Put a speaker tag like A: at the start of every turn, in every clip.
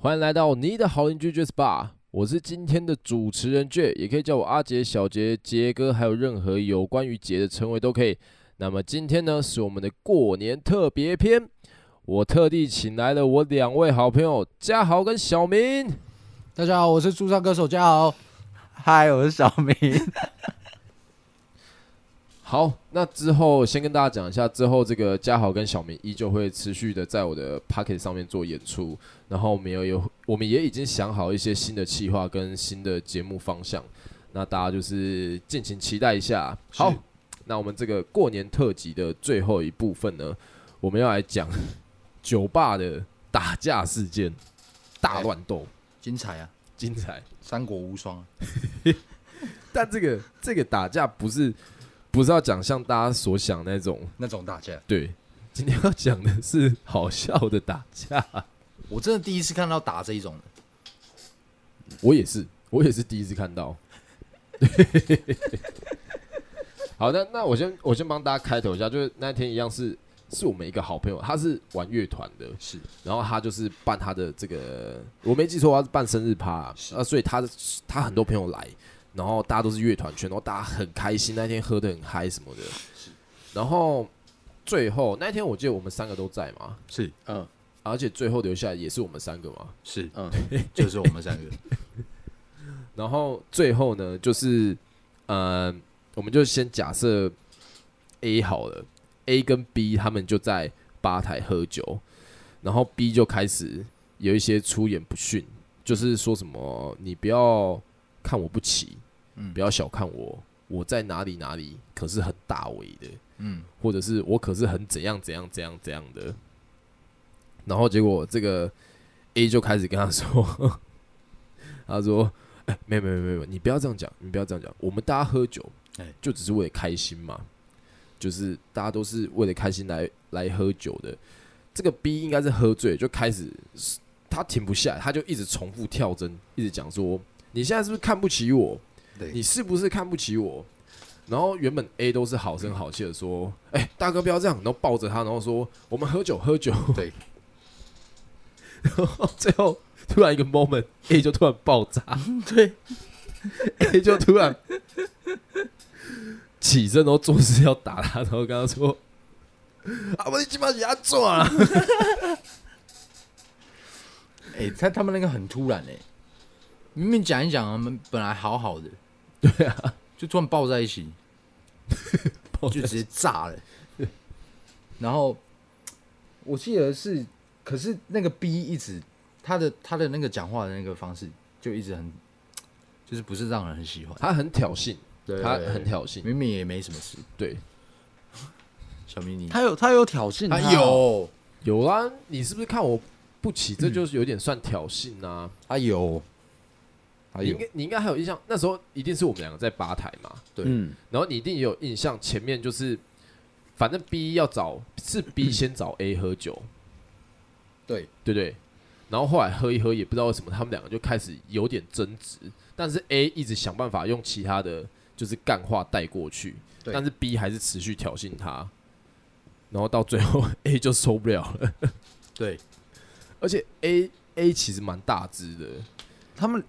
A: 欢迎来到你的好邻居 Jazz Bar，我是今天的主持人 J，也可以叫我阿杰、小杰、杰哥，还有任何有关于杰的称谓都可以。那么今天呢，是我们的过年特别篇，我特地请来了我两位好朋友嘉豪跟小明。
B: 大家好，我是驻唱歌手嘉豪。
C: 嗨，我是小明。
A: 好，那之后先跟大家讲一下，之后这个嘉豪跟小明依旧会持续的在我的 p o c k e t 上面做演出，然后我们也有，我们也已经想好一些新的企划跟新的节目方向，那大家就是尽情期待一下。好，那我们这个过年特辑的最后一部分呢，我们要来讲酒吧的打架事件，大乱斗，
B: 精彩啊，
A: 精彩。
B: 三国无双啊。
A: 但这个这个打架不是不是要讲像大家所想那种。
B: 那种打架，
A: 对，今天要讲的是好笑的打架。
B: 我真的第一次看到打这一种的。
A: 我也是，我也是第一次看到。好的，那我先我先帮大家开头一下，就是那天一样是是我们一个好朋友，他是玩乐团的，
B: 是
A: 然后他就是办他的这个，我没记错，他是办生日趴啊，
B: 是
A: 啊所以他的他很多朋友来，然后大家都是乐团圈，然后大家很开心，那天喝的很嗨什么的，然后最后那天我记得我们三个都在嘛，
B: 是，
C: 嗯，
A: 啊而且最后留下来也是我们三个嘛，
B: 是，
C: 嗯，
B: 就是我们三个。
A: 然后最后呢，就是呃，我们就先假设 A 好了，A 跟 B 他们就在吧台喝酒，然后 B 就开始有一些出言不逊，就是说什么你不要看我不起，
B: 嗯
A: 不要小看我，我在哪里哪里可是很大伟的，
B: 嗯，
A: 或者是我可是很怎样怎样怎样怎样的。然后结果这个 A 就开始跟他说， 他说：“哎、没有没有没有没有，你不要这样讲，你不要这样讲，我们大家喝酒
B: 哎，
A: 就只是为了开心嘛，就是大家都是为了开心来来喝酒的。”这个 B 应该是喝醉，就开始他停不下来，他就一直重复跳针，一直讲说：“你现在是不是看不起我？你
B: 对，
A: 是不是看不起我？然后原本 A 都是好声好气的说：“哎、大哥不要这样。”然后抱着他，然后说：“我们喝酒喝酒。”
B: 对。
A: 然后最后突然一个 moment，A 就突然爆炸，对，A 就突然起身，然后做事要打他，然后跟他说：“啊，我鸡巴给他抓啊
B: 哎，他他们那个很突然哎，明明讲一讲，他们本来好好 的，！”
A: 对啊，
B: 就突然抱在一 起，
A: 爆
B: 就
A: 炸
B: 直接炸了。然后我记得是，可是那个 B 一直他的他的那个讲话的那个方式，就一直很，就是不是让人很喜欢。
A: 他很挑衅，
B: 对嗯
A: 他很挑衅，
B: 明明也没什么事，
A: 对，
B: 小明你
C: 他有他有挑衅
B: 他
C: 哦
B: 有
A: 有啊，你是不是看我不起？
B: 嗯
A: 这就是有点算挑衅啊。
B: 他有他
A: 你应
B: 有
A: 该你应该还有印象，那时候一定是我们两个在吧台嘛，
B: 对
C: 嗯，
A: 然后你一定也有印象，前面就是反正 B 要找是 B 先找 A 喝酒，
B: 对
A: 对不对？然后后来喝一喝，也不知道为什么他们两个就开始有点争执，但是 A 一直想办法用其他的就是干话带过去，
B: 对
A: 但是 B 还是持续挑衅他，然后到最后 A 就受不了了，
B: 对
A: 而且 A A 其实蛮大只的，
C: 他们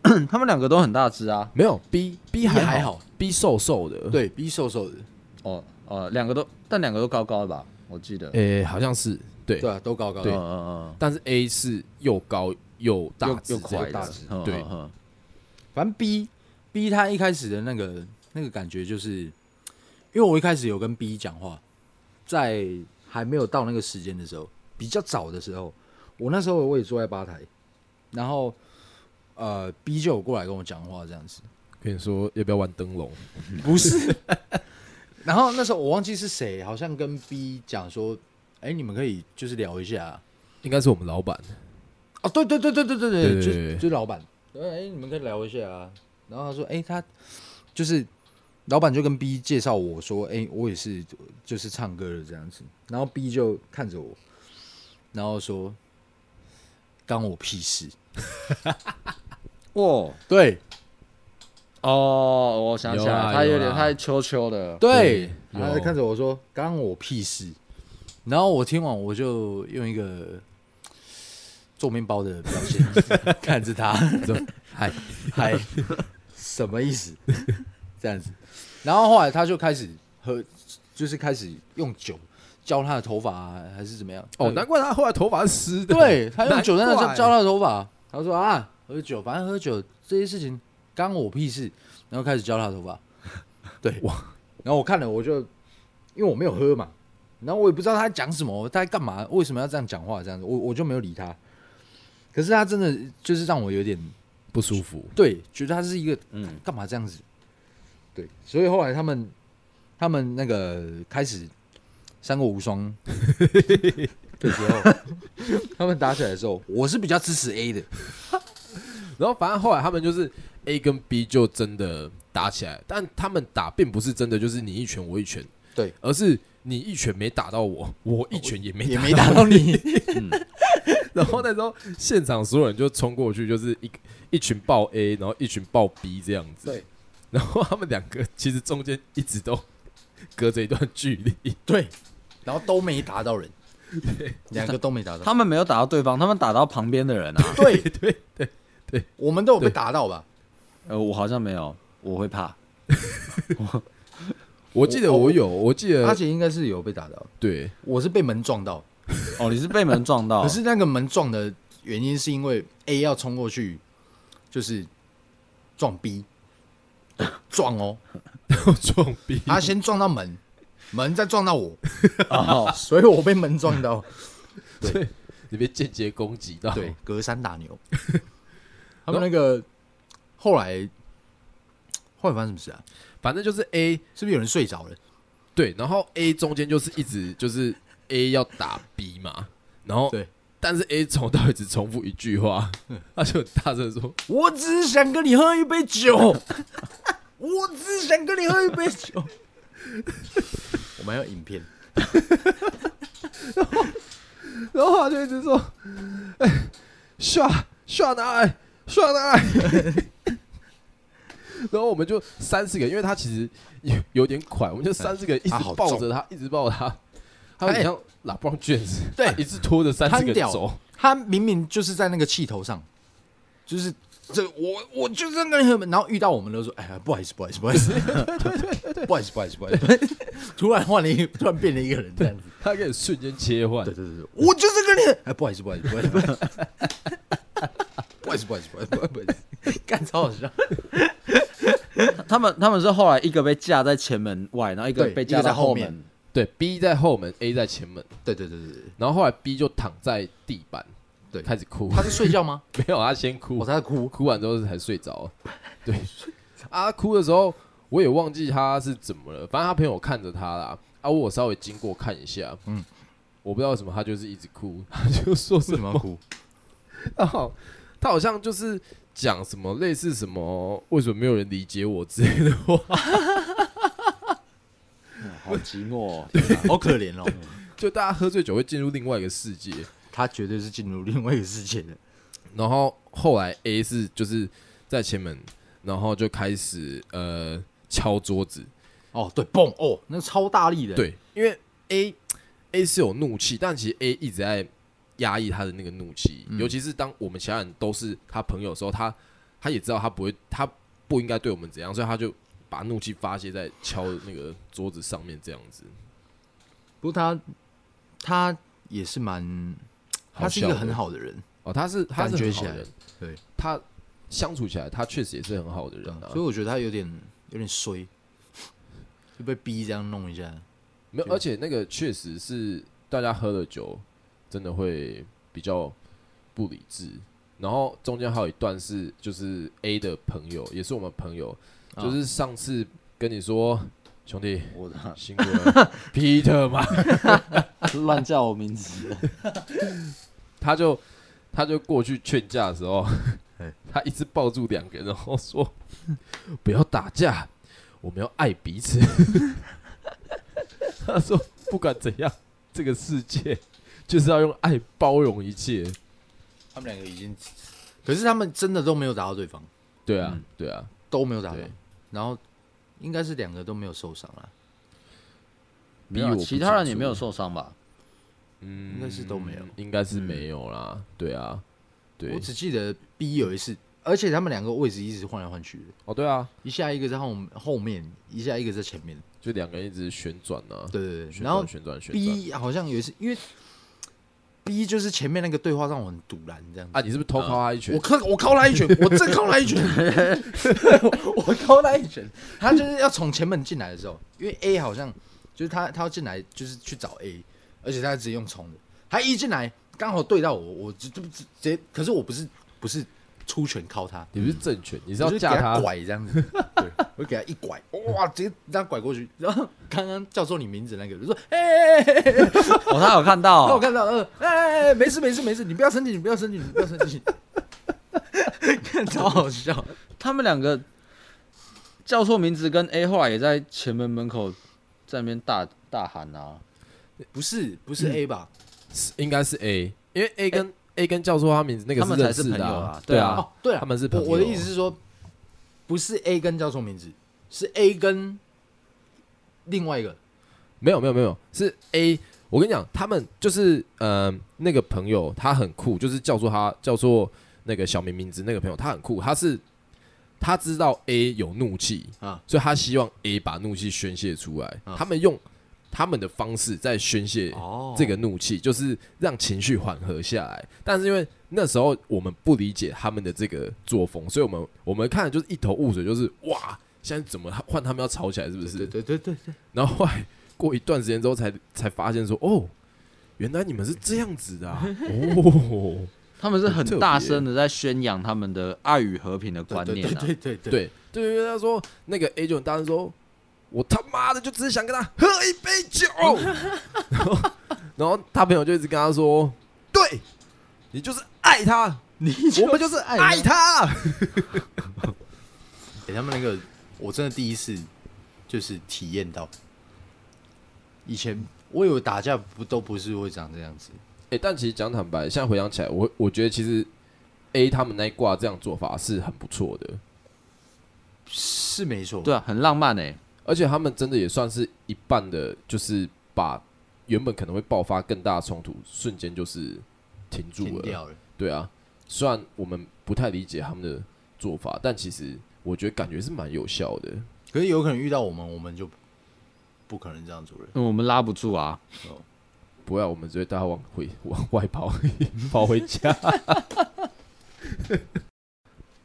C: 他们两个都很大只啊。
A: 没有 B B 还
B: 还
A: 好
B: 好
A: ，B 瘦瘦的，，
B: 对，B 瘦瘦的，
C: 哦哦，两个都，但两个都高高的吧？我记得。
A: 诶、好像是对，
B: 对啊，都高高
C: 嗯
B: 的，
C: 嗯
A: 但是 A 是又高又大
C: 嗯，又
A: 只
C: 又
A: 这样
C: 快
A: 子
B: 大
C: 的
B: 只，
C: 嗯
A: 对，
C: 嗯
B: 反正 B B 他一开始的那个那个感觉就是，因为我一开始有跟 B 讲话，在还没有到那个时间的时候，比较早的时候，我那时候我也坐在吧台，然后呃 B 就有过来跟我讲话这样子，
A: 跟你说要不要玩灯笼？
B: 不是。然后那时候我忘记是谁，好像跟 B 讲说，哎、你们可以就是聊一下啊、
A: 应该是我们老板，
B: 哦，对对对对对对对，
A: 对对对
B: 就就老板，哎、你们可以聊一下啊。然后他说，哎、他就是老板就跟 B 介绍我说，哎、我也是就是唱歌的这样子。然后 B 就看着我，然后说，干我屁事。
C: 哇
B: 对
C: 哦，我想起
A: 有
C: 来，
A: 啦
C: 他
A: 有
C: 有点
A: 啦
C: 太秋秋的。
B: 对，
A: 对
B: 他
A: 有
B: 就看着我说，干我屁事。然后我听完我就用一个做面包的表现，看着他，嗨嗨，什么意思？这样子，然后后来他就开始喝，就是开始用酒浇他的头发、啊，还是怎么样？
A: 哦，难怪他后来头发是湿的。
B: 对他用酒在那
A: 难
B: 浇
A: 怪
B: 浇他的头发，他说啊，喝酒，反正喝酒这些事情干我屁事，然后开始浇他的头发，对，哇，然后我看了我就，因为我没有喝嘛，然后我也不知道他在讲什么，他在干嘛，为什么要这样讲话，这样子，我我就没有理他，可是他真的就是让我有点
A: 不舒服。
B: 对，觉得他是一个
C: 嗯，
B: 干嘛这样子？对，所以后来他们他们那个开始三国无 双的时候，他们打起来的时候，我是比较支持 A 的，
A: 然后反正后来他们就是 A 跟 B 就真的打起来，但他们打并不是真的就是你一拳我一拳，
B: 对，
A: 而是你一拳没打到我，我一拳也没
B: 也
A: 打
B: 没打到你，
A: 然后那时候现场所有人就冲过去，就是一一群抱 A，然后一群抱 B 这样子。
B: 对。
A: 然后他们两个其实中间一直都隔着一段距离，
B: 对，然后都没打到人，两个都没打到，
C: 他们没有打到对方，他们打到旁边的人啊。
B: 对，
A: 对对，
B: 我们都有被
A: 对
B: 打到吧？
C: 呃，我好像没有，我会怕。
A: 我记得我有，我记
B: 阿
A: 得
B: 杰应该是有被打到，
A: 对，
B: 我是被门撞到，
C: 哦，你是被门撞到，
B: 可是那个门撞的原因是因为 A 要冲过去，就是撞 B，撞哦，
A: 撞 B，
B: 他先撞到门，门再撞到我，
C: 哦，
B: 所以我被门撞到，
A: 对，你被间接攻击到，
B: 对，隔山打牛。 他们那个后来后来发生什么事啊？
A: 反正就是 A
B: 是不是有人睡着了？
A: 对，然后 A 中间就是一直就是 A 要打 B 嘛，然后
B: 对，嗯
A: 但是 A 从头到尾只重复一句话，他就很大声地说
B: 我只是想跟你喝一杯酒，我只是想跟你喝一杯酒。 我们还有影片，
A: 然后他就一直说：“哎，下下拿来，下拿来。” 然后我们就三四个，因为他其实有有点快，我们就三四个一直
B: 哎他好重哎
A: 抱着他，一直抱着他，他很像拉布朗卷子，
B: 对
A: 他一直拖着三四
B: 瘫
A: 个
B: 掉
A: 走。
B: 他明明就是在那个气头上，就是这我我就是要跟你喝，然后遇到我们都说，哎呀，不好意思，不好意思，不好意 思，不好意思，不好意思，不好意思，突然换了一，突然变了一个人这样子，
A: 他可以瞬间切换
B: 对，对对对，我就是跟你喝，哎，不好意思，不好意思，不好意思，不好意思，不好意思，不好意思，不好意思不好意思，干超好笑，
C: 他们他们是后来一个被架在前门外，然后一个
B: 对
C: 被
B: 一
C: 架
B: 个在
C: 在
B: 后面
C: 门。
A: 对，B 在后门，A 在前门，
B: 对对对对对，
A: 然后后来 B 就躺在地板，
B: 对
A: 开始哭。
B: 他在睡觉吗？
A: 没有，他先哭，
B: 我在哭，
A: 哭完之后才睡着。对，啊，哭的时候我也忘记他是怎么了，反正他朋友看着他啦。啊，我稍微经过看一下，嗯
B: 嗯，
A: 我不知道为什么他就是一直哭， 他就说
B: 为
A: 什
B: 什么
A: 么
B: 要哭？
A: 他 好，他好像就是讲什么类似什么为什么没有人理解我之类的话，
C: 嗯 好寂寞、哦，
B: 好可怜哦，
A: 就大家喝醉酒会进入另外一个世界。
B: 他绝对是进入另外一个世界的，
A: 然后后来 A 是就是在前门，然后就开始呃敲桌子，
B: 哦，对，蹦哦，那个超大力的，
A: 对，因为 A A 是有怒气，但其实 A 一直在压抑他的那个怒气，
B: 嗯
A: 尤其是当我们其他人都是他朋友的时候，他他也知道他不会，他不应该对我们怎样，所以他就把怒气发泄在敲那个桌子上面这样子。
B: 不过他他也是蛮，他是一个
A: 笑的
B: 很好的人，
A: 哦，他是他是
B: 感觉
A: 很
B: 起
A: 好
B: 来
A: 的人，
B: 对，
A: 他相处起来他确实也是很好的人啊
B: 所以。我觉得他有点有点衰， 就被逼这样弄一下。
A: 没有，而且那个确实是大家喝了酒，真的会比较不理智。然后中间还有一段是，就是 A 的朋友，也是我们朋友，
B: 啊
A: 就是上次跟你说，兄弟
C: 我的
A: 辛苦了，Peter 嘛，
C: 乱叫我名字，
A: 他就他就过去劝架的时候
B: 哎，
A: 他一直抱住两个人，然后说 不要打架，我们要爱彼此。 他说不管怎样，这个世界 就是要用爱包容一切。
B: 他们两个已经，可是他们真的都没有打到对方，
A: 对啊，
C: 嗯
A: 对啊，
B: 都没有打到
A: 对，
B: 然后应该是两个都没有受伤啊，
A: 逼我不
C: 其他人
A: 清
C: 也
A: 楚
C: 没有受伤吧？
A: 嗯
B: 应该是都没有嗯
A: 应该是没有啦。对啊，对
B: 我，只记得 B 有一次，而且他们两个位置一直换来换去的，
A: 哦对啊，
B: 一下一个在后后面，一下一个在前面。
A: 就两个人一直旋转啊，
B: 对对对，
A: 旋
B: 然后
A: 转旋转旋转。
B: B 好像有一次，因为 B 就是前面那个对话让我很堵然这样子。
A: 啊，你是不是偷敲他一拳
B: 嗯我？靠！我靠他一拳， 我真靠他一拳， 我靠他一拳。他就是要从前门进来的时候，因为 A 好像就是他，他要进来就是去找 A，而且他直接用冲的。他一进来刚好对到我，我直直直接，可是我不是不是出拳靠他，
A: 你不是正拳，你是
B: 我
A: 要
B: 就给
A: 架
B: 他
A: 他？
B: 拐这样子，对，我给他一拐，哇，直接让他拐过去。然后刚刚叫错你名字那个，就说哎哎哎哎哎，
C: 哦，他有 看
B: 让我
C: 到，
B: 看到，呃，哎哎哎，没事没事没事，你不要生气，你不要生气，你不要生气，看超好笑。
C: 他们两个叫错名字，跟 A 后来也在前门门口在那边大大喊啊，
B: 不是不是 A 吧？
A: 是应该是 A，因为 A 跟 A 跟教授他名字那个
C: 他们
A: 认
C: 才是
A: 识的
C: 朋友
A: 啊
C: 啊，
A: 对
C: 对
A: 啊
C: 啊，
B: 哦，对了，
A: 他们是朋
B: 我
A: 友
B: 我的意思是说，不是 A 跟叫错名字，是 A 跟另外一个
A: 没有没有没有，是 A。我跟你讲，他们就是呃那个朋友，他很酷，就是叫做他叫做那个小明名字那个朋友，他很酷，他是他知道 A 有怒气
B: 啊
A: 所以他希望 A 把怒气宣泄出来。
B: 啊
A: 他们用他们的方式在宣泄
B: 哦
A: 这个怒气，就是让情绪缓和下来。但是因为那时候我们不理解他们的这个作风，所以我们我们看的就是一头雾水，就是哇，现在怎么换他们要吵起来，是不是？
B: 对对对对对，
A: 然后后来过一段时间之后才才发现说，哦，原来你们是这样子的、 啊、哦。
C: 他们是
A: 很
C: 很
A: 特别
C: 大声的在宣扬他们的爱与和平的观
B: 对
C: 念
B: 对
C: 啊。
B: 对对对，
A: 对对对，他说那个 A 就很大声说，我他妈的就只是想跟他喝一杯酒， 然后然后他朋友就一直跟他说，对你就是爱他，
B: 你
A: 我们就是爱他，
B: 给哎他们那个，我真的第一次就是体验到，以前我以为打架不都不是会长这样子，
A: 哎、但其实讲坦白，现在回想起来，我我觉得其实 A 他们那一挂这样做法是很不错的，
B: 是没错，
C: 对啊，很浪漫哎、
A: 而且他们真的也算是一半的，就是把原本可能会爆发更大的冲突，瞬间就是停住
B: 停
A: 了。
B: 掉了。
A: 对啊，虽然我们不太理解他们的做法，但其实我觉得感觉是蛮有效的。
B: 可是有可能遇到我们，我们就不可能这样做了。
C: 嗯我们拉不住啊。
A: 不要，我们只会带他往回 往外跑，跑回家。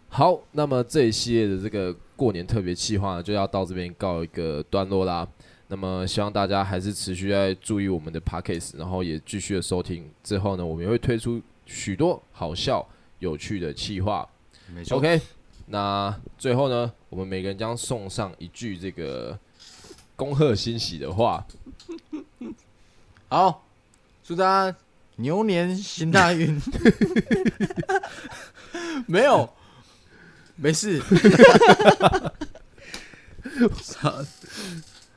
A: 好，那么这一系列的这个过年特别企划呢就要到这边告一个段落啦。那么希望大家还是持续在注意我们的 podcast，然后也继续的收听。之后呢，我们也会推出许多好笑、有趣的企划。
B: 没错
A: OK，那最后呢，我们每个人将送上一句这个恭贺新喜的话。
B: 好，祝大家牛年行大 运。没有，没事，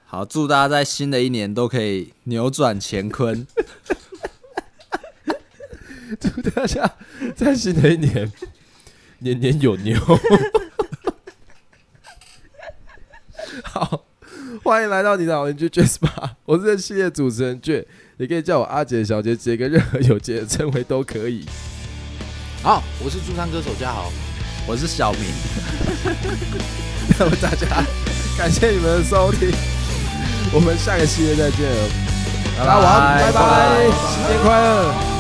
C: 好，祝大家在新的一年都可以扭转乾坤。
A: 祝大家在新的一年年年有 牛。好，欢迎来到你的老邻居 j e s p a 我是这系列主持人 J，也可以叫我阿杰、小杰、杰哥，任何有杰的称谓都可以。
B: 好，我是驻唱歌手嘉豪，
C: 我是小明，
A: 那么大家感谢你们的收听，我们下个系列再见了，大家晚安，拜拜，新年快乐。